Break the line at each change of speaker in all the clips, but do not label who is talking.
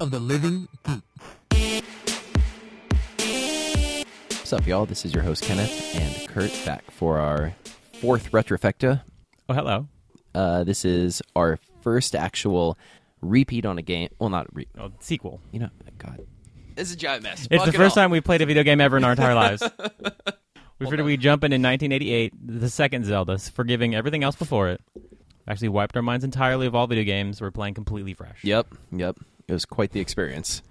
of the Living Geek.
What's up, y'all? This is your host Kenneth and Kurt back for our fourth retrofecta.
Oh, hello.
Uh, this is our first actual repeat on a game. Well, not re-
Oh, sequel.
you know, God. This is a giant mess.
It's the first time we played a video game ever in our entire lives. We figured we'd jump in in 1988, the second Zelda, forgiving everything else before it. Actually, wiped our minds entirely of all video games. We're playing completely fresh.
Yep, yep. It was quite the experience.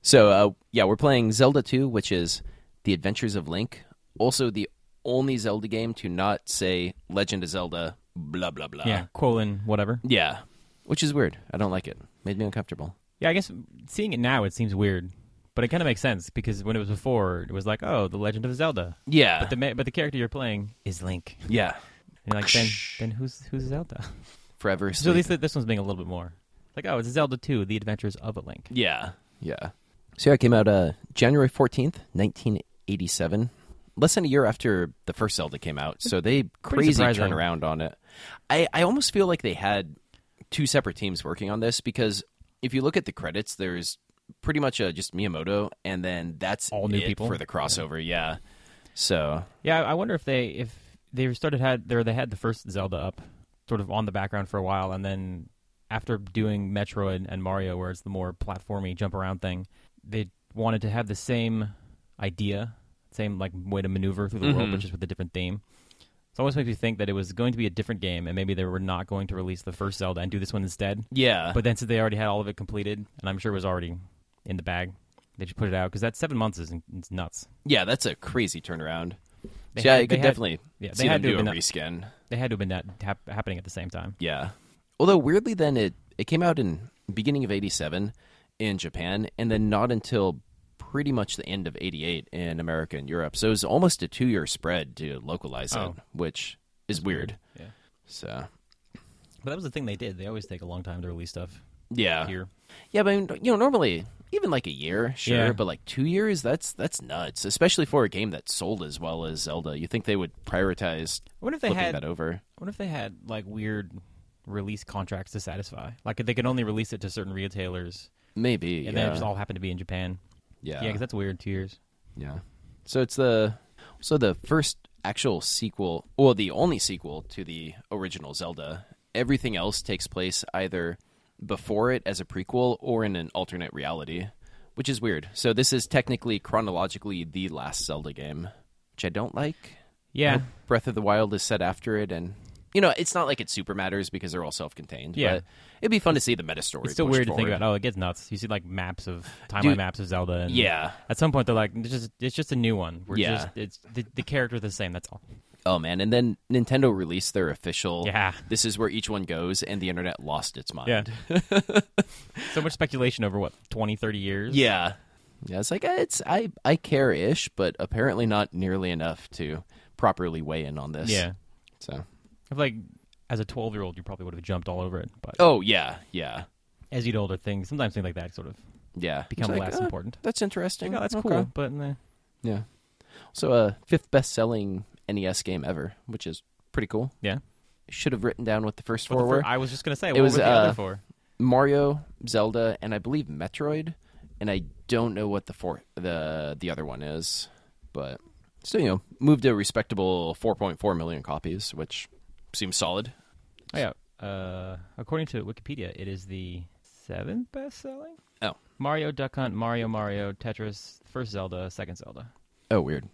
So, uh, yeah, we're playing Zelda 2, which is The Adventures of Link. Also, the only Zelda game to not say Legend of Zelda, blah, blah, blah.
Yeah, colon, whatever.
Yeah. Which is weird. I don't like it. Made me uncomfortable.
Yeah, I guess seeing it now, it seems weird. But it kind of makes sense because when it was before, it was like, oh, The Legend of Zelda.
Yeah.
But the, ma- but the character you're playing is Link.
yeah.
And you're like, then, then who's, who's Zelda?
Forever.
So at
sleep.
least th- this one's being a little bit more. Like, oh, it's Zelda 2, The Adventures of a Link.
Yeah, yeah. So yeah, it came out uh, January fourteenth, nineteen eighty-seven, less than a year after the first Zelda came out. So they crazy
surprising.
turnaround on it. I I almost feel like they had two separate teams working on this because if you look at the credits, there's pretty much uh, just Miyamoto, and then that's
All new
it
people?
for the crossover. Yeah. So
Yeah, I wonder if they if they started had there they had the first Zelda up sort of on the background for a while, and then after doing Metroid and Mario, where it's the more platformy jump around thing, they wanted to have the same idea, same like way to maneuver through the world, but just with a different theme. So it almost makes me think that it was going to be a different game, and maybe they were not going to release the first Zelda and do this one instead.
yeah,
But then since they already had all of it completed, and I'm sure it was already in the bag, they just put it out because that seven months is is nuts.
yeah, that's a crazy turnaround.
They
So, yeah,
had-
you
they
could
had-
definitely
yeah, they
see them
had to
do a
have been-
reskin.
They had to have been that hap- happening at the same time.
Yeah. Although weirdly, then it it came out in beginning of '87 in Japan, and then not until pretty much the end of '88 in America and Europe. So it was almost a two year spread to localize
Oh.
it, which is weird.
Yeah.
So
But that was the thing they did. They always take a long time to release stuff
yeah,
here.
yeah, but I mean, you know, normally even like a year, sure,
Yeah.
but like two years, that's that's nuts, especially for a game that sold as well as Zelda. You think they would prioritize
I wonder if they
flipping
had.
that
I
over?
wonder if they had like weird release contracts to satisfy. Like if they could only release it to certain retailers,
Maybe,
and
yeah,
then it just all happened to be in Japan. Yeah, because that's weird. Two years.
Yeah. So it's the so the first actual sequel, well, the only sequel to the original Zelda. Everything else takes place either before it as a prequel or in an alternate reality, which is weird. So this is technically chronologically the last Zelda game, which I don't like.
Yeah,
Breath of the Wild is set after it, and you know it's not like it super matters because they're all self-contained.
Yeah.
but it'd be fun to see the meta story.
it's still
pushed
weird to think
forward.
about. Oh, it gets nuts. You see like maps of timeline
Dude-
maps of Zelda. And
Yeah,
At some point, they're like, "It's just it's just a new one. We're
Yeah.
just it's the, the character's the same. That's all."
Oh man! And then Nintendo released their official.
Yeah.
This is where each one goes, and the internet lost its mind.
Yeah. so much speculation over what 20, 30 years.
Yeah. Yeah, It's like eh, it's I I care ish, but apparently not nearly enough to properly weigh in on this.
yeah.
So.
If like as a twelve year old, you probably would have jumped all over it. But
Oh yeah, yeah,
as you get older, things sometimes things like that sort of
yeah.
become
It's like,
less
uh, oh,
important.
That's interesting.
Yeah, that's
Okay.
cool, but nah.
Yeah. So, uh, fifth best selling NES game ever, which is pretty cool.
yeah.
Should have written down what the first
What
four
the fir-
were.
I was just gonna say,
It
what
was,
were the
uh,
other four?
Mario, Zelda, and I believe Metroid, and I don't know what the four the the other one is, but still, you know, moved to a respectable 4.4 million copies, which seems solid.
Oh, yeah. Uh, according to Wikipedia, it is the seventh best selling.
Oh,
Mario Duck Hunt, Mario Mario, Tetris, first Zelda, second Zelda.
oh, weird.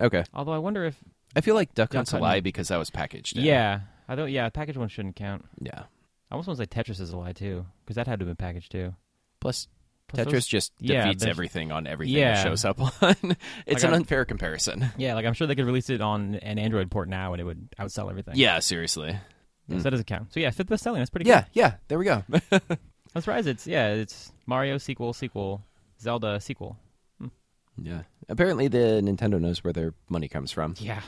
Okay,
Although I wonder if
I feel like Duck
Duck
Hunt's a
Hunt-
lie because that was packaged.
yeah,
in.
I don't yeah, package one shouldn't count.
yeah.
I almost want to say Tetris is a lie too, because that had to have been packaged too.
Plus,
Plus
Tetris
those-
just
yeah,
defeats
there's-
everything on everything that
Yeah.
shows up on. it's
Like,
an
I-
unfair comparison.
Yeah, like I'm sure they could release it on an Android port now and it would outsell everything.
Yeah, seriously.
Yeah, So that doesn't count. So yeah, fifth best selling. That's pretty.
Yeah, yeah. There we go.
Good. I'm surprised it's yeah, it's Mario sequel sequel, Zelda sequel.
yeah. Apparently, the Nintendo knows where their money comes from.
Yeah,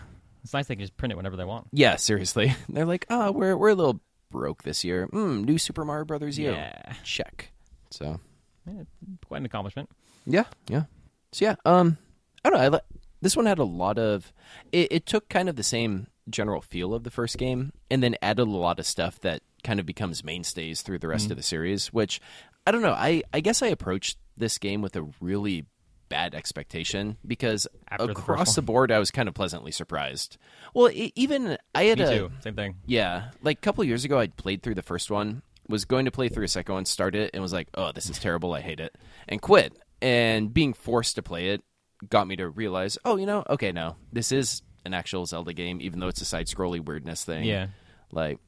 it's nice they can just print it whenever they want.
Yeah, seriously. They're like, oh, we're we're a little broke this year. Mm, new Super Mario Brothers U.
Yeah.
Check. So
Yeah, it's quite an accomplishment.
yeah, yeah. So yeah, um, I don't know. I li- this one had a lot of. It, it took kind of the same general feel of the first
Mm-hmm.
game, and then added a lot of stuff that kind of becomes mainstays through the rest of the series, which I don't know. I, I guess I approached this game with a really bad expectation because
After the first
across
one.
the, board I was kind of pleasantly surprised. Well, e even I had
Me
a
too. Same thing.
yeah, like a couple years ago I played through the first one, was going to play through a second one, started it and was like, "Oh, this is terrible. I hate it." And quit. And being forced to play it got me to realize, "Oh, you know, okay, no. This is an actual Zelda game even though it's a side-scrolly weirdness thing."
Yeah.
Like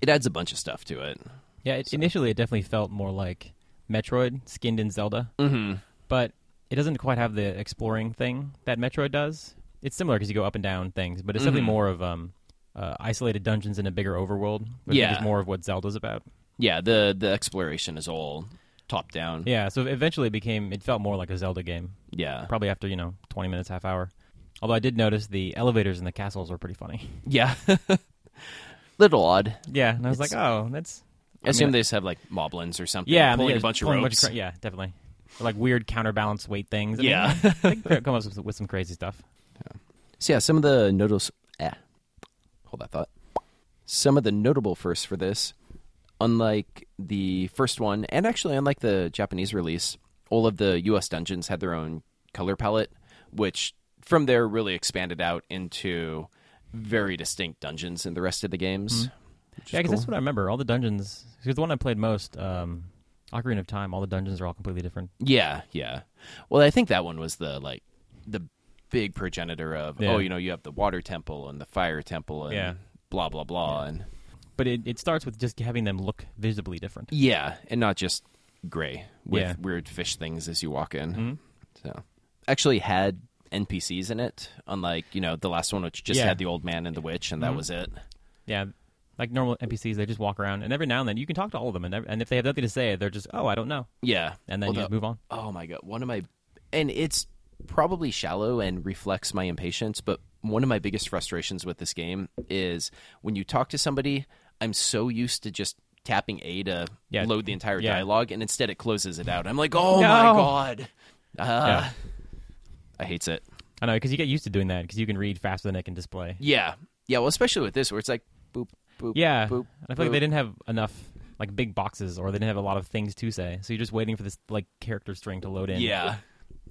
it adds a bunch of stuff to it.
Yeah, it, initially it definitely felt more like Metroid skinned in Zelda, mm-hmm. but it doesn't quite have the exploring thing that Metroid does. It's similar because you go up and down things, but it's definitely more of um, uh, isolated dungeons in a bigger overworld. Which I think
Yeah.
is more of what Zelda's about.
Yeah, the the exploration is all top down.
Yeah, so eventually it became it felt more like a Zelda game.
Yeah.
Probably after you know twenty minutes, half hour. Although I did notice the elevators in the castles were pretty funny.
Yeah. Little odd.
Yeah, and I was
It's-
like, oh, that's.
I, assume they just have like moblins or something.
yeah, I mean,
pulling
yeah,
a bunch of
pulling
ropes.
cra- yeah, definitely. Or, like weird counterbalance weight things. I mean,
Yeah.
they could come up with, with some crazy stuff.
So yeah, some of the notice. Eh, hold that thought. Some of the notable firsts for this, unlike the first one, and actually unlike the Japanese release, all of the U.S. dungeons had their own color palette, which from there really expanded out into very distinct dungeons in the rest of the games. which is
Mm-hmm. Yeah, because
cool.
that's what I remember. All the dungeons. Because the one I played most, um, Ocarina of Time, all the dungeons are all completely different.
Yeah, yeah. Well, I think that one was the like the big progenitor of
Yeah.
oh, you know, you have the water temple and the fire temple and
Yeah.
blah blah blah and
But it, it starts with just having them look visibly different.
yeah, and not just gray with
Yeah. Mm-hmm.
weird fish things as you walk in. So actually had NPCs in it, unlike you know the last one, which just
Yeah. Mm-hmm.
had the old man and the witch, and that was it.
Yeah, like normal NPCs, they just walk around, and every now and then you can talk to all of them, and, ev- and if they have nothing to say, they're just, oh, I don't know,
Yeah,
and then you
Although-
just move on.
Oh my god, one of my and it's probably shallow and reflects my impatience, but one of my biggest frustrations with this game is when you talk to somebody, I'm so used to just tapping A to
Yeah.
load the entire
Yeah.
dialogue and instead it closes it out. I'm like, "Oh my
No.
god." Ah.
Yeah.
I hates it.
I know because you get used to doing that because you can read faster than it can display.
Yeah. Yeah, well, especially with this where it's like boop boop
Yeah,
boop.
and I feel like they
boop.
didn't have enough like big boxes, or they didn't have a lot of things to say, so you're just waiting for this like character string to load in.
Yeah.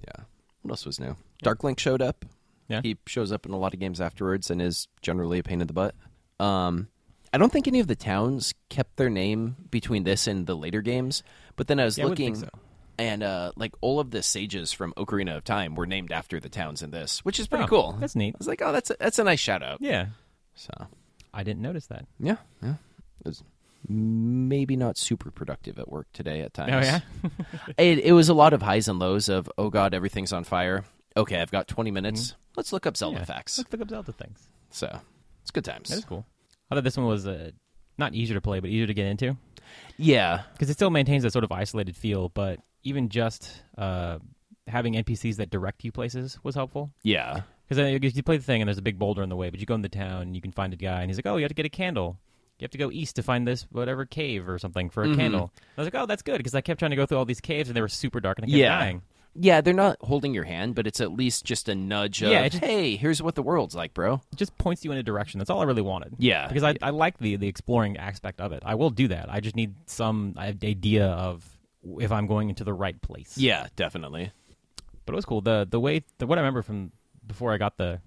Yeah. What else was new? Dark Link showed up.
Yeah.
He shows up in a lot of games afterwards and is generally a pain in the butt. Um, I don't think any of the towns kept their name between this and the later games, but then I was
Yeah, I would
looking
think so.
and uh, like all of the sages from Ocarina of Time were named after the towns in this, which is pretty
Oh,
cool.
That's neat.
I was like, "Oh, that's a, that's a nice shout out."
Yeah,
So,
I didn't notice that.
yeah, yeah. It was maybe not super productive at work today at times.
Oh yeah,
it, it was a lot of highs and lows of oh god everything's on fire okay i've got 20 minutes let's look up zelda
Mm-hmm. Yeah.
facts
let's look up Zelda things.
so it's good times
That is cool. I thought this one was uh, not easier to play, but easier to get into
yeah
because it still maintains that sort of isolated feel. But even just uh, having NPCs that direct you places was helpful.
yeah
Because you play the thing and there's a big boulder in the way, but you go in the town and you can find a guy and he's like, "Oh, you have to get a candle. You have to go east to find this whatever cave or something for a
Mm-hmm.
candle." And I was like, "Oh, that's good," because I kept trying to go through all these caves and they were super dark and I kept
Yeah.
dying.
yeah they're not holding your hand but it's at least just a nudge of
Yeah, it just-
hey here's what the world's like bro
It just points you in a direction. That's all I really wanted.
Yeah.
because I, I like the the exploring aspect of it. I will do that. I just need some idea of if I'm going into the right place.
yeah definitely
but it was cool. The the way the, what I remember from before I got the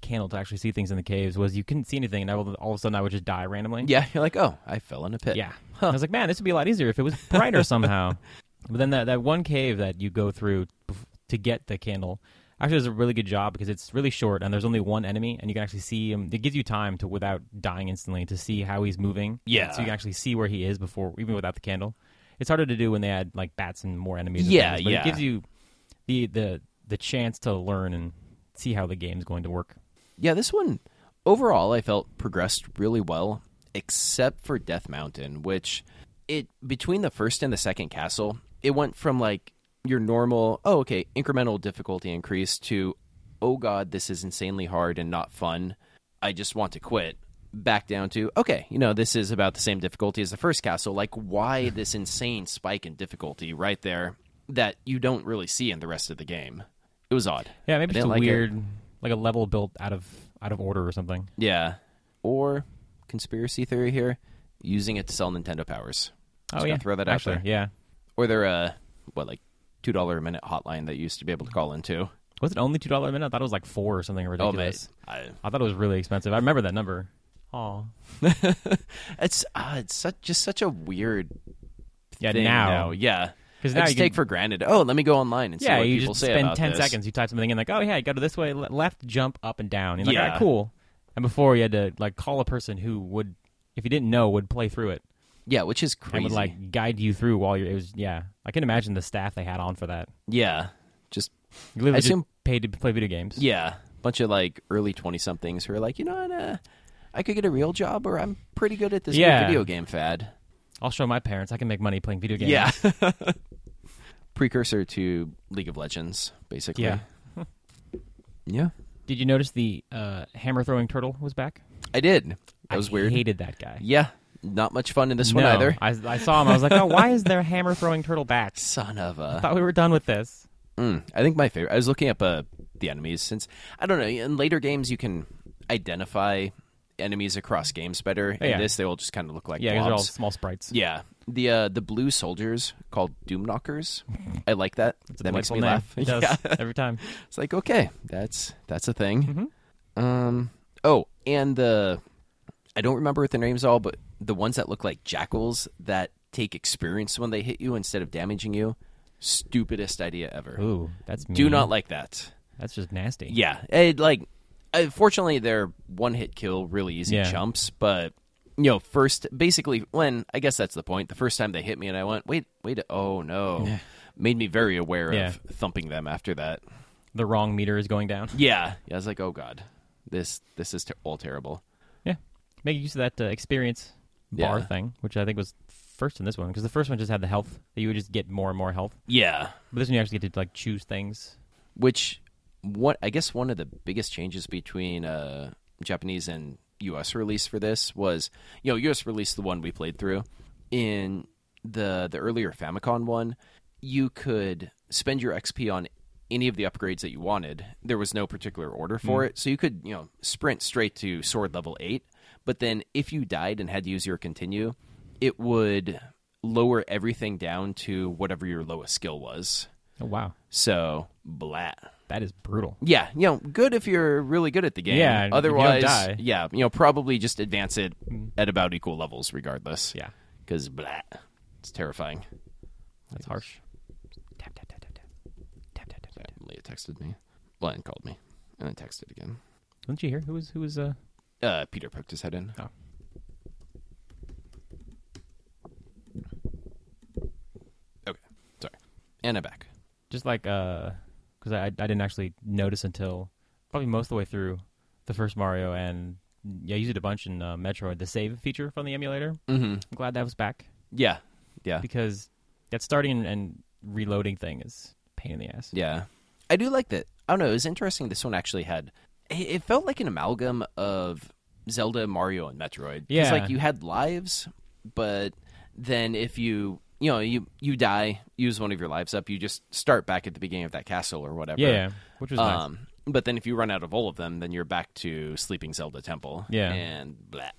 candle to actually see things in the caves was you couldn't see anything, and I, would- all of a sudden I would just die randomly.
yeah you're like oh i fell in a pit
yeah. I was like, man, this would be a lot easier if it was brighter somehow. But then that that one cave that you go through bef- to get the candle actually does a really good job because it's really short and there's only one enemy and you can actually see him. It gives you time to without dying instantly to see how he's moving.
Yeah.
so you can actually see where he is before even without the candle. It's harder to do when they add like bats and more enemies. and
Yeah,
things, but
yeah.
It gives you the the the chance to learn and see how the game's going to work.
yeah this one overall i felt progressed really well except for death mountain which it between the first and the second castle it went from like your normal oh okay incremental difficulty increase to oh god this is insanely hard and not fun i just want to quit back down to okay you know this is about the same difficulty as the first castle like why this insane spike in difficulty right there that you don't really see in the rest of the game it was odd
Yeah, maybe
I
just a
didn't like it.
weird like a level built out of out of order or something.
Yeah. Or conspiracy theory here, using it to sell Nintendo powers. Just
oh
gonna
yeah,
throw that
actually,
out there.
Yeah,
or their uh, what like two dollar a minute hotline that you used to be able to call into.
Was it only two dollars a minute? I thought it was like four or something
Oh man,
ridiculous.
I,
I thought it was really expensive. I remember that number. Oh,
it's uh, it's such just such a weird
yeah.
thing
now,
Yeah,
'Cause
I
now
just
you can-
take for granted. Oh, let me go online and see
yeah,
what
you
people
just
say
spend
about
ten
this.
seconds. You type something in like, oh yeah, you go to this way, le- left, jump up and down. You're like,
Yeah.
"Alright, cool. And before you had to like call a person who would, if you didn't know, would play through it
Yeah, which is
and
crazy.
would like guide you through while you're. It was yeah. I can imagine the staff they had on for that.
yeah, just
You
I
literally just
assume-
paid to play video games.
yeah, bunch of like early twenty somethings who are like, you know what, uh, I could get a real job, or I'm pretty good at this new
Yeah.
video game fad.
I'll show my parents I can make money playing video games.
Yeah. Precursor to League of Legends, basically.
Yeah.
Yeah.
Did you notice the uh, hammer throwing turtle was back?
I did. That was
I
weird.
Hated that guy.
yeah. Not much fun in this one
No,
either.
I, I saw him. I was like, oh, why is there a hammer throwing turtle back?
Son of
I
a.
thought we were done with this.
Mm, I think my favorite. I was looking up uh, the enemies since I don't know. In later games, you can identify enemies across games better. In
yeah.
this, they will just kind of look like
Yeah, 'cause they're all
blobs.
small sprites.
Yeah. The uh, the blue soldiers called Doomknockers. I like that.
It's a
that makes
delightful
me
name.
laugh.
It does
Yeah.
every time.
It's like okay, that's that's a thing.
Mm-hmm.
Um. Oh, and the I don't remember what their names all, but the ones that look like jackals that take experience when they hit you instead of damaging you. Stupidest idea ever.
Ooh, that's mean.
Do not like that.
That's just nasty.
Yeah, it, like uh, fortunately they're one hit kill, really easy
Yeah.
chumps. But you know, first basically when I guess that's the point. The first time they hit me, and I went, wait, wait, oh no, made me very aware
Yeah.
of thumping them after that.
The wrong meter is going down.
Yeah. yeah. I was like, oh god, this this is ter- all terrible.
Yeah, make use of that uh, experience bar
Yeah.
thing, which I think was first in this one because the first one just had the health that you would just get more and more health,
Yeah.
but this one you actually get to like choose things.
Which what I guess one of the biggest changes between uh, Japanese and U.S. release for this was you know U.S. released the one we played through in the the earlier Famicom one. You could spend your XP on any of the upgrades that you wanted. There was no particular order for it, so you could you know sprint straight to sword level eight. But then if you died and had to use your continue, it would lower everything down to whatever your lowest skill was.
Oh wow,
So blah.
that is brutal.
Yeah, you know, good if you're really good at the game.
Yeah, if you don't
Otherwise,
die.
yeah, you know, probably just advance it at about equal levels, regardless.
Yeah,
because blah, it's terrifying.
that's harsh. Tap tap tap tap tap tap tap tap. tap.
Leah texted me, well, and called me, and then texted again.
Didn't you hear who was who was uh?
Uh, Peter poked his head in.
Oh.
Okay, sorry, and I'm back.
just like uh because I, I didn't actually notice until probably most of the way through the first mario and yeah i used it a bunch in uh, metroid the save feature from the emulator
Mm-hmm.
i'm glad that was back
Yeah, yeah,
because that starting and reloading thing is a pain in the ass
Yeah. I do like that. I don't know. It was interesting. This one actually had. It it felt like an amalgam of Zelda, Mario, and Metroid. 'Cause,
Yeah.
like you had lives, but then if you you know you you die, use one of your lives up, you just start back at the beginning of that castle or whatever.
yeah, yeah, which was nice
Um. But then if you run out of all of them, then you're back to Sleeping Zelda Temple.
Yeah.
And blah.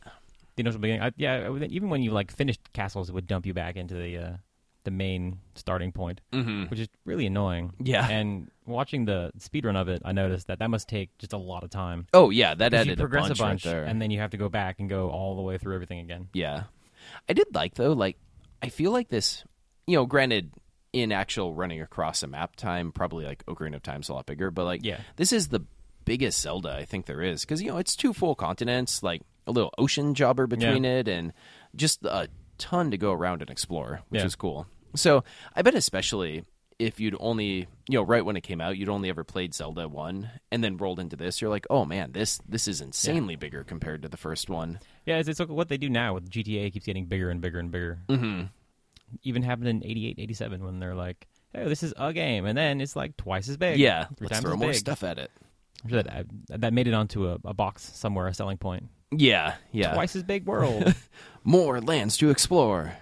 the initial beginning I, yeah I- even when you like finished castles it would dump you back into the uh the main starting point
Mm-hmm.
which is really annoying
Yeah.
and watching the speedrun of it i noticed that that must take just a lot of time
Oh yeah, that
Because you
added
progress
a bunch, right there.
and then you have to go back and go all the way through everything again.
Yeah. I did like though, like I feel like this you know, granted in actual running across a map time, probably like Ocarina of Time's a lot bigger, but like
Yeah.
this is the biggest Zelda I think there is. Because, you know, it's two full continents, like a little ocean jobber between it and just a ton to go around and explore, which
Yeah.
is cool. So I bet especially if you'd only you know, right when it came out, you'd only ever played Zelda one and then rolled into this, you're like, Oh man, this this is insanely bigger compared to the first one.
Yeah, it's, it's like what they do now with GTA keeps getting bigger and bigger and bigger. Mm-hmm. Even happened in 88, 87 when they're like, "Hey, this is a game," and then it's like twice as big.
Yeah,
three
let's
times
throw
as
more
big.
stuff at it.
I'm sure that that made it onto a, a box somewhere, a selling point.
Yeah, yeah.
Twice as big world.
More lands to explore.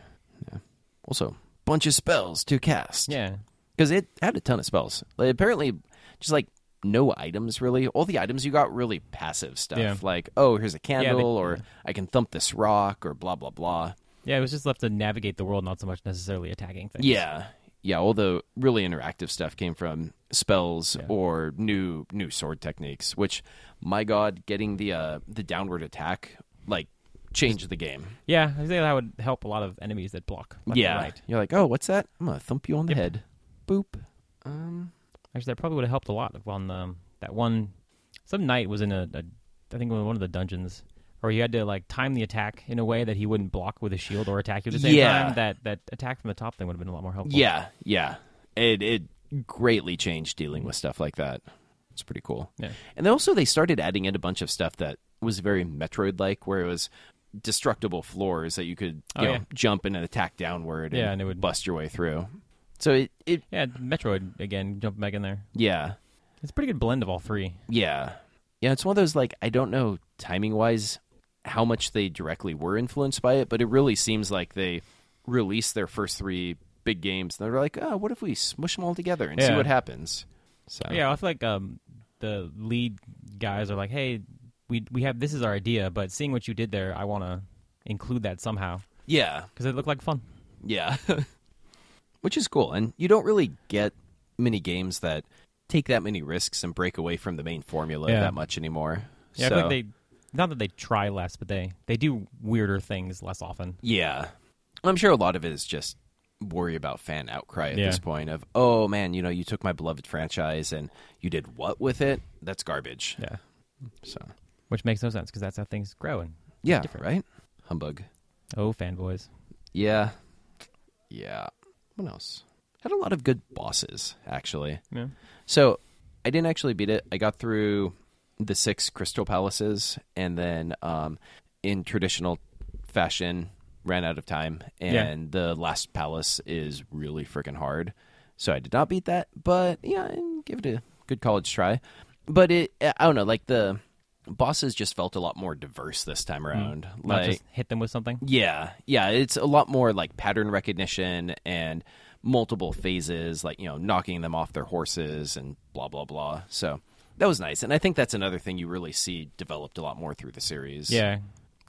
Yeah. Also, bunch of spells to cast.
yeah,
because it had a ton of spells. Like, apparently, just like no items really. All the items you got really passive stuff.
Yeah.
Like, oh, here's a candle,
they-
or I can thump this rock, or blah blah blah.
Yeah, it was just left to navigate the world, not so much necessarily attacking things.
Yeah. Yeah, all the really interactive stuff came from spells
Yeah.
or new new sword techniques, which my god, getting the uh the downward attack like changed the game.
yeah. I think that would help a lot of enemies that block. left and
yeah.
right.
You're like, "Oh, what's that?" I'm going to thump you on the
Yep.
head. Boop. Um
Actually, that probably would have helped a lot if on um, that one. Some knight was in a, a, I think one of the dungeons, or you had to like time the attack in a way that he wouldn't block with his shield or attack you at the same
Yeah.
time. That that attack from the top thing would have been a lot more helpful.
yeah, yeah. It it greatly changed dealing with stuff like that. It's pretty cool.
yeah,
And then also they started adding in a bunch of stuff that was very Metroid like, where it was destructible floors that you could you
Oh,
know,
yeah.
jump and attack downward
Yeah,
and
and it would-
bust your way through. So it, it
yeah. Metroid again, jumping back in there.
yeah.
It's a pretty good blend of all three.
Yeah. Yeah, it's one of those like I don't know timing wise how much they directly were influenced by it, but it really seems like they released their first three big games and they're like, oh, what if we smush them all together and see
Yeah.
what happens? So
Yeah, I feel like um, the lead guys are like, "Hey, we we have this is our idea, but seeing what you did there, I want to include that somehow
Yeah.
because it looked like fun."
Yeah. Which is cool. And you don't really get many games that take that many risks and break away from the main formula
Yeah.
that much anymore.
Yeah,
so,
I feel like they not that they try less, but they they do weirder things less often.
Yeah. I'm sure a lot of it is just worry about fan outcry at
Yeah.
this point of, oh man, you know, you took my beloved franchise and you did what with it? That's garbage.
Yeah,
So,
which makes no sense because that's how things grow. And
yeah, right? Humbug.
oh, fanboys.
Yeah. Yeah. What else? Had a lot of good bosses, actually.
Yeah.
So I didn't actually beat it. I got through the six crystal palaces, and then um, in traditional fashion, ran out of time. And the last palace is really freaking hard. So I did not beat that, but yeah, I give it a good college try. But it, I don't know, like the bosses just felt a lot more diverse this time around.
Mm. Not
Like
just hit them with something.
yeah, yeah, it's a lot more like pattern recognition and multiple phases, like you know, knocking them off their horses and blah blah blah. So that was nice, and I think that's another thing you really see developed a lot more through the series.
Yeah,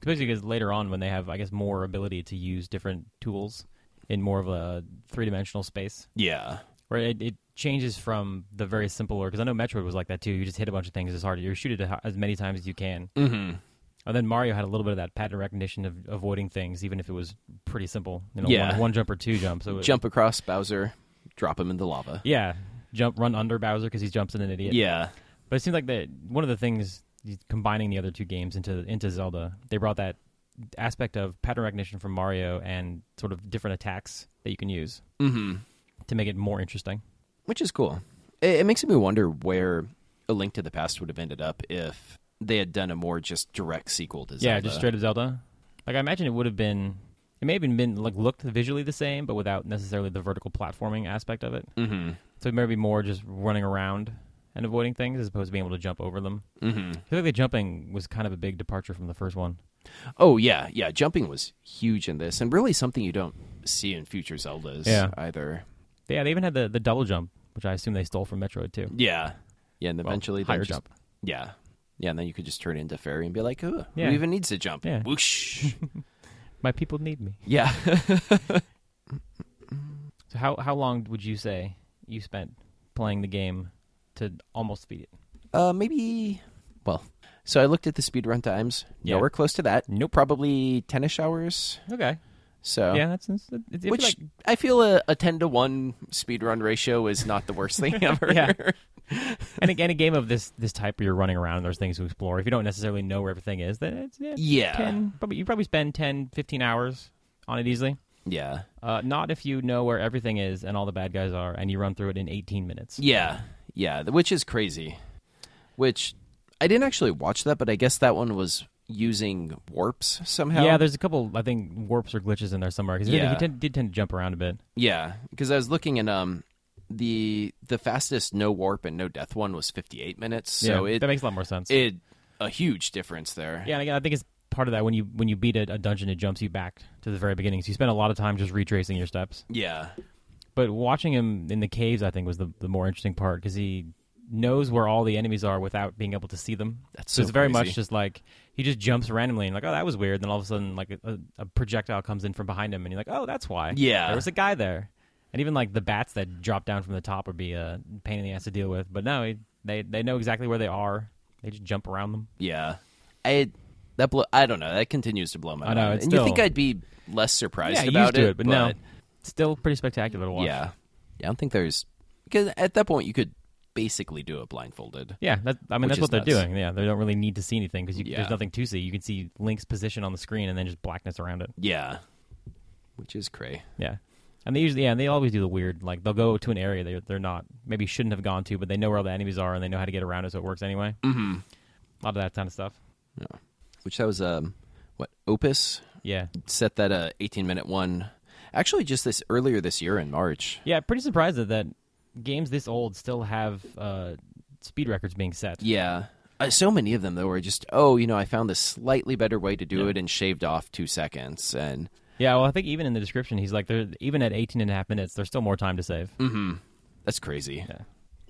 especially because later on when they have, I guess, more ability to use different tools in more of a three dimensional space.
yeah,
Right, it, it changes from the very simple, because I know Metroid was like that too. You just hit a bunch of things as hard you shoot it a- as many times as you can. Mm-hmm. And then Mario had a little bit of that pattern recognition of avoiding things, even if it was pretty simple. You know,
Yeah.
one, one jump or two jumps. So it-
jump across Bowser, drop him in the lava.
yeah, jump, run under Bowser because he jumps in an idiot.
Yeah,
But it seems like that one of the things combining the other two games into into Zelda, they brought that aspect of pattern recognition from Mario and sort of different attacks that you can use
hmm
to make it more interesting.
which is cool. It, it makes me wonder where A Link to the Past would have ended up if they had done a more just direct sequel to Zelda.
Yeah, just straight up Zelda. Like I imagine it would have been, it may have even been like looked visually the same, but without necessarily the vertical platforming aspect of it.
hmm
So it may be more just running around and avoiding things as opposed to being able to jump over them.
hmm
I feel like the jumping was kind of a big departure from the first one.
Oh yeah, yeah. Jumping was huge in this, and really something you don't see in future Zeldas
Yeah.
either.
Yeah, they even had the, the double jump, which I assume they stole from Metroid too.
Yeah, yeah. And
Well,
eventually, they
higher
just-
jump.
Yeah, yeah. And then you could just turn into fairy and be like, oh,
Yeah.
who even needs to jump?
Yeah.
Whoosh.
My people need me.
yeah.
So how how long would you say you spent playing the game to almost beat it?
Uh, maybe. Well, so I looked at the speedrun times.
Yeah.
Nowhere close to that.
Nope.
Probably ten-ish hours.
Okay.
So
Yeah, that's it's, it's,
Which
like
I feel a, a ten to one speedrun ratio is not the worst thing ever.
Yeah. and again, a game of this this type where you're running around and there's things to explore. If you don't necessarily know where everything is, then it's yeah,
Yeah.
10, probably you probably spend 10, 15 hours on it easily.
Yeah.
Uh, not if you know where everything is and all the bad guys are, and you run through it in eighteen minutes.
Yeah, yeah, th- which is crazy. Which I didn't actually watch that, but I guess that one was using warps somehow.
Yeah, there's a couple. I think warps or glitches in there somewhere because
Yeah.
he tend, did tend to jump around a bit.
yeah, because I was looking and um the the fastest no warp and no death one was 58 minutes, so
yeah,
it
that makes a lot more sense.
it a huge difference there.
Yeah, and again, I think it's part of that when you when you beat a, a dungeon, it jumps you back to the very beginning. So you spend a lot of time just retracing your steps.
yeah,
But watching him in the caves, I think, was the, the more interesting part because he knows where all the enemies are without being able to see them.
That's
so
so
it's very
crazy.
much just like he just jumps randomly and like, oh, that was weird. Then all of a sudden, like a, a projectile comes in from behind him, and you're like, oh, that's why.
Yeah.
there was a guy there, and even like the bats that drop down from the top would be a pain in the ass to deal with. But no, he, they they know exactly where they are. They just jump around them.
Yeah, I that blow. I don't know. That continues to blow my
I
mind.
know, it's
and you
still-
think I'd be less surprised
yeah,
about
used to it, but, no, still pretty spectacular to watch.
yeah, yeah. I don't think there's because at that point you could basically do it blindfolded.
Yeah, that, I
Which
mean that's what
is
they're
nuts.
doing. Yeah, they don't really need to see anything because
Yeah.
there's nothing to see. You can see Link's position on the screen and then just blackness around it.
Yeah, which is cray.
Yeah, and they usually yeah, and they always do the weird like they'll go to an area they they're not maybe shouldn't have gone to, but they know where all the enemies are and they know how to get around it, so it works anyway. Mm-hmm. A lot of that kind of stuff.
Which that was um what Opus
Yeah,
set that uh 18 minute one. Actually, just this earlier this year in March.
yeah, pretty surprised that, that games this old still have uh, speed records being set.
Yeah. Uh, so many of them, though, are just, oh, you know, I found this slightly better way to do it and shaved off two seconds. And
Yeah, well, I think even in the description, he's like, they're, even at 18 and a half minutes, there's still more time to save.
that's crazy.
Yeah.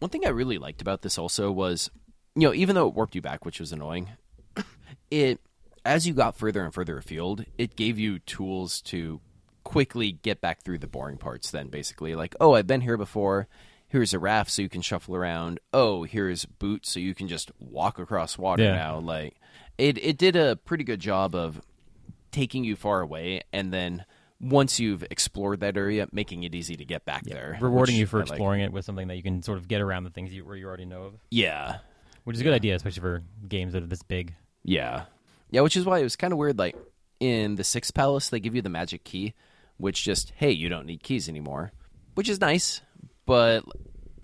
One thing I really liked about this also was, you know, even though it warped you back, which was annoying, it, as you got further and further afield, it gave you tools to quickly get back through the boring parts, then basically. Like, oh, I've been here before. Here's a raft so you can shuffle around. Oh, here's boots so you can just walk across water
Yeah.
now. Like, it, it did a pretty good job of taking you far away and then once you've explored that area making it easy to get back there
Rewarding
which
you for
I like.
exploring it with something that you can sort of get around the things you, where you already know of.
yeah
Which is a good idea, especially for games that are this big.
Yeah. Yeah, which is why it was kind of weird. Like in the Sixth Palace, they give you the magic key, which just, hey, you don't need keys anymore, which is nice. But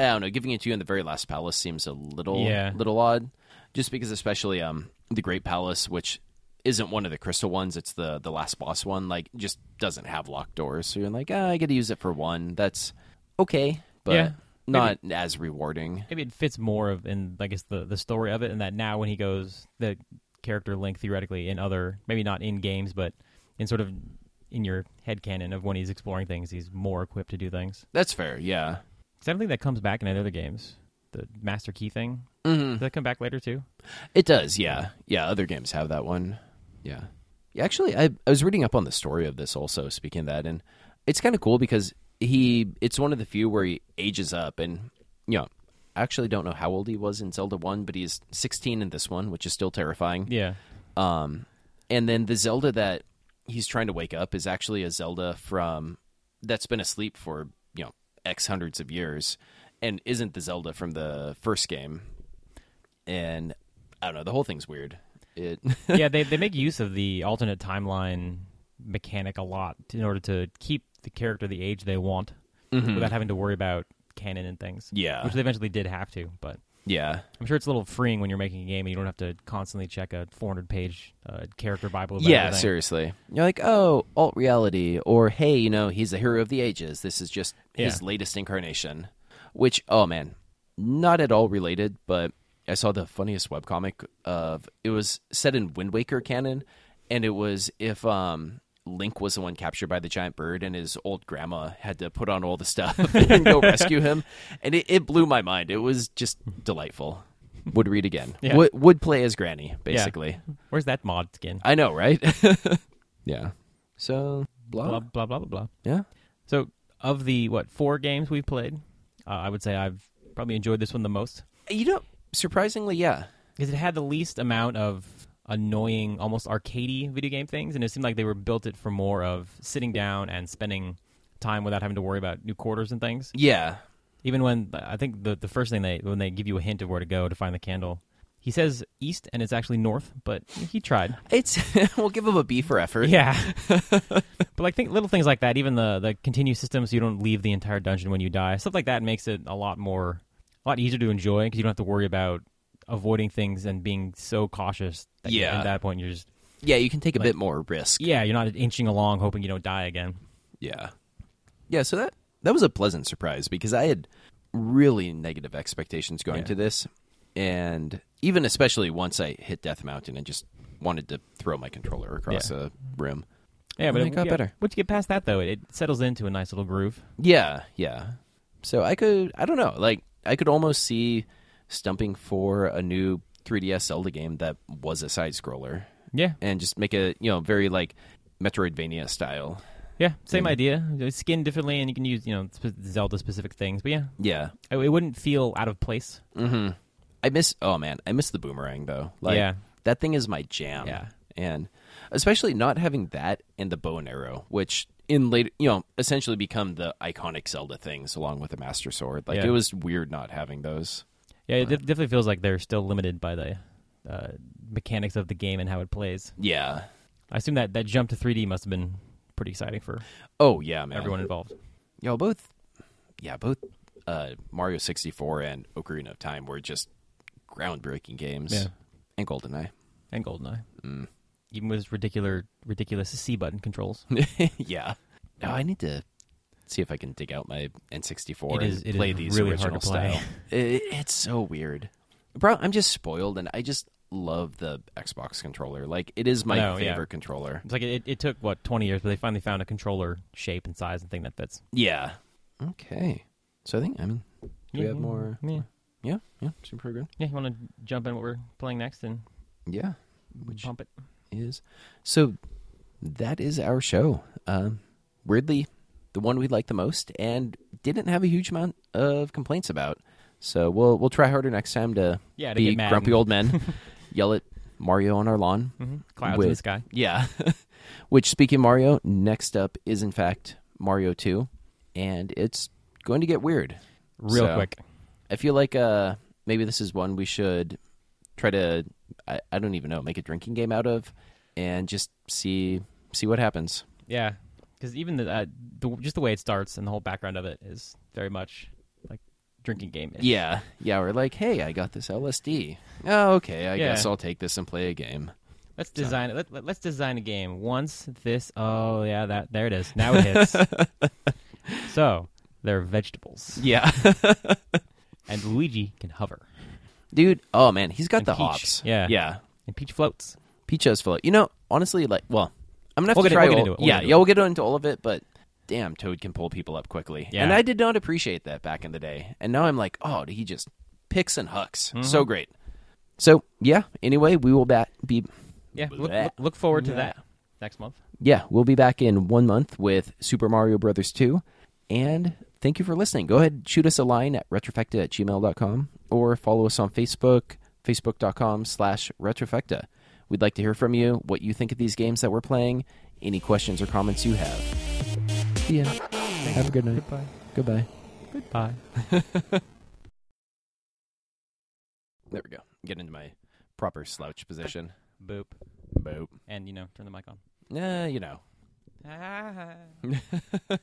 I don't know, giving it to you in the very last palace seems a little,
Yeah.
little odd, just because especially um the Great Palace, which isn't one of the crystal ones, it's the the last boss one. Like, just doesn't have locked doors, so you're like, ah, I got to use it for one. That's okay, but
Yeah,
not as rewarding.
Maybe it fits more of in I guess the the story of it, and that now when he goes the character link theoretically in other maybe not in games, but in sort of in your head canon of when he's exploring things, he's more equipped to do things.
That's fair. Yeah.
'Cause I don't think that comes back in other games. The master key thing
Mm-hmm.
does that come back later too?
It does, yeah. Yeah, other games have that one. Yeah. yeah actually, I, I was reading up on the story of this also, speaking of that, and it's kind of cool because he, it's one of the few where he ages up, and, you know, I actually don't know how old he was in Zelda 1, but he's 16 in this one, which is still terrifying.
Yeah,
Um, and then the Zelda that he's trying to wake up is actually a Zelda from that's been asleep for you know x hundreds of years, and isn't the Zelda from the first game. And I don't know. The whole thing's weird. It
yeah. They they make use of the alternate timeline mechanic a lot in order to keep the character the age they want without having to worry about canon and things.
Mm-hmm. Yeah.
which they eventually did have to, but.
yeah
I'm sure it's a little freeing when you're making a game and you don't have to constantly check a 400 page uh, character bible. About
yeah
everything.
seriously. You're like oh alt reality or hey you know he's the hero of the ages. This is just his
Yeah.
latest incarnation, which oh man, not at all related, but I saw the funniest webcomic of it was set in Wind Waker canon and it was if um Link was the one captured by the giant bird and his old grandma had to put on all the stuff and go rescue him. And it, it blew my mind. It was just delightful. Would read again.
Yeah.
Would would play as granny, basically.
Where's that mod skin?
I know, right? yeah. So blah.
Blah, blah, blah, blah, blah.
Yeah.
So, of the, what, four games we've played, uh, I would say I've probably enjoyed this one the most
You know, surprisingly, yeah.
because it had the least amount of annoying, almost arcadey video game things, and it seemed like they were built it for more of sitting down and spending time without having to worry about new quarters and things.
Yeah.
Even when I think the the first thing they when they give you a hint of where to go to find the candle, he says east and it's actually north, but he tried.
It's we'll give him a B for effort.
Yeah, but like think little things like that. Even the the continue system, so you don't leave the entire dungeon when you die. Stuff like that makes it a lot more a lot easier to enjoy because you don't have to worry about avoiding things and being so cautious. That you-
Yeah.
at that point you're just
Yeah, you can take a bit more risk.
yeah you're not inching along hoping you don't die again.
Yeah. Yeah, so that that was a pleasant surprise because I had really negative expectations going
Yeah.
to this and even especially once I hit Death Mountain and just wanted to throw my controller across
Yeah.
a room.
Yeah, but
And it got
yeah,
better.
Once you get past that though, it, it settles into a nice little groove.
Yeah, yeah. So I could I don't know, like I could almost see stumping for a new 3DS Zelda game that was a side scroller
Yeah,
and just make a you know very like Metroidvania style.
yeah, same
Yeah.
idea. It's skinned differently, and you can use you know spe- Zelda specific things. But yeah,
Yeah.
it, it wouldn't feel out of place.
Mm-hmm. I miss. Oh man, I miss the boomerang though. Like,
Yeah.
that thing is my jam.
Yeah.
and especially not having that and the bow and arrow, which in later, you know, essentially become the iconic Zelda things along with the Master Sword. Like
Yeah.
it was weird not having those.
Yeah, it def- definitely feels like they're still limited by the uh, mechanics of the game and how it plays.
Yeah.
I assume that that jump to 3D must have been pretty exciting for
Oh yeah, man.
everyone involved.
Yo, both. Yeah, both. Uh, Mario sixty four and Ocarina of Time were just groundbreaking games.
Yeah.
And Goldeneye.
And Goldeneye,
Mm.
even with its ridiculous ridiculous C button controls.
yeah. No, I need to see if I can dig out my N64
It is-
and
it is
play these
really hard
original
to play.
style. It, it's so weird. Bro, I'm just spoiled, and I just love the Xbox controller. Like, it is my
No, yeah.
favorite controller.
It's like it, it took what 20 years, but they finally found a controller shape and size and thing that fits.
Yeah. Okay. So I think, I mean, do we have more?
Yeah,
Yeah, yeah, super good.
yeah. You want to jump in what we're playing next and
Yeah, which
pump it?
is so that is our show. Um, weirdly, the one we liked the most and didn't have a huge amount of complaints about. So we'll we'll try harder next time to
Yeah, to
be
get mad
grumpy
and-
old men, yell at Mario on our lawn.
hmm Clouds in the
With-
sky.
Yeah. Which speaking of Mario, next up is in fact Mario Two, and it's going to get weird.
Real
So-
quick.
I feel like uh, maybe this is one we should try to I, I don't even know make a drinking game out of, and just see see what happens.
Yeah, because even the, uh, the just the way it starts and the whole background of it is very much like drinking game.
Yeah, yeah. We're like, hey, I got this LSD. Oh, okay. I
Yeah.
guess I'll take this and play a game.
Let's design it. Let, let, let's design a game. Once this, oh yeah, that there it is. Now it hits. so they're vegetables,
Yeah,
and Luigi can hover,
dude. Oh man, he's got
And
the
Peach.
hops.
Yeah.
yeah.
and Peach floats.
Peach has full. You know, honestly, like, well, I'm gonna have
We'll
to
get it-
try.
we'll get
all-
into it, we'll
yeah,
get into
yeah,
it.
we'll get into all of it, but. Damn, Toad can pull people up quickly.
Yeah.
And I did not appreciate that back in the day. And now I'm like, oh, he just picks and hucks.
Mm-hmm.
So great. So, yeah, anyway, we will ba- be
Yeah, look,
Bleh.
look, look forward to
Bleh.
that next month.
yeah, we'll be back in one month with Super Mario Brothers 2. And thank you for listening. Go ahead and shoot us a line at retrofecta at gmail.com or follow us on Facebook, facebook.com slash retrofecta. We'd like to hear from you, what you think of these games that we're playing, any questions or comments you have. See ya. Have a good night.
Goodbye.
Goodbye.
Goodbye.
There we go. Get into my proper slouch position.
Boop.
Boop.
And you know, turn the mic on.
Uh, you know.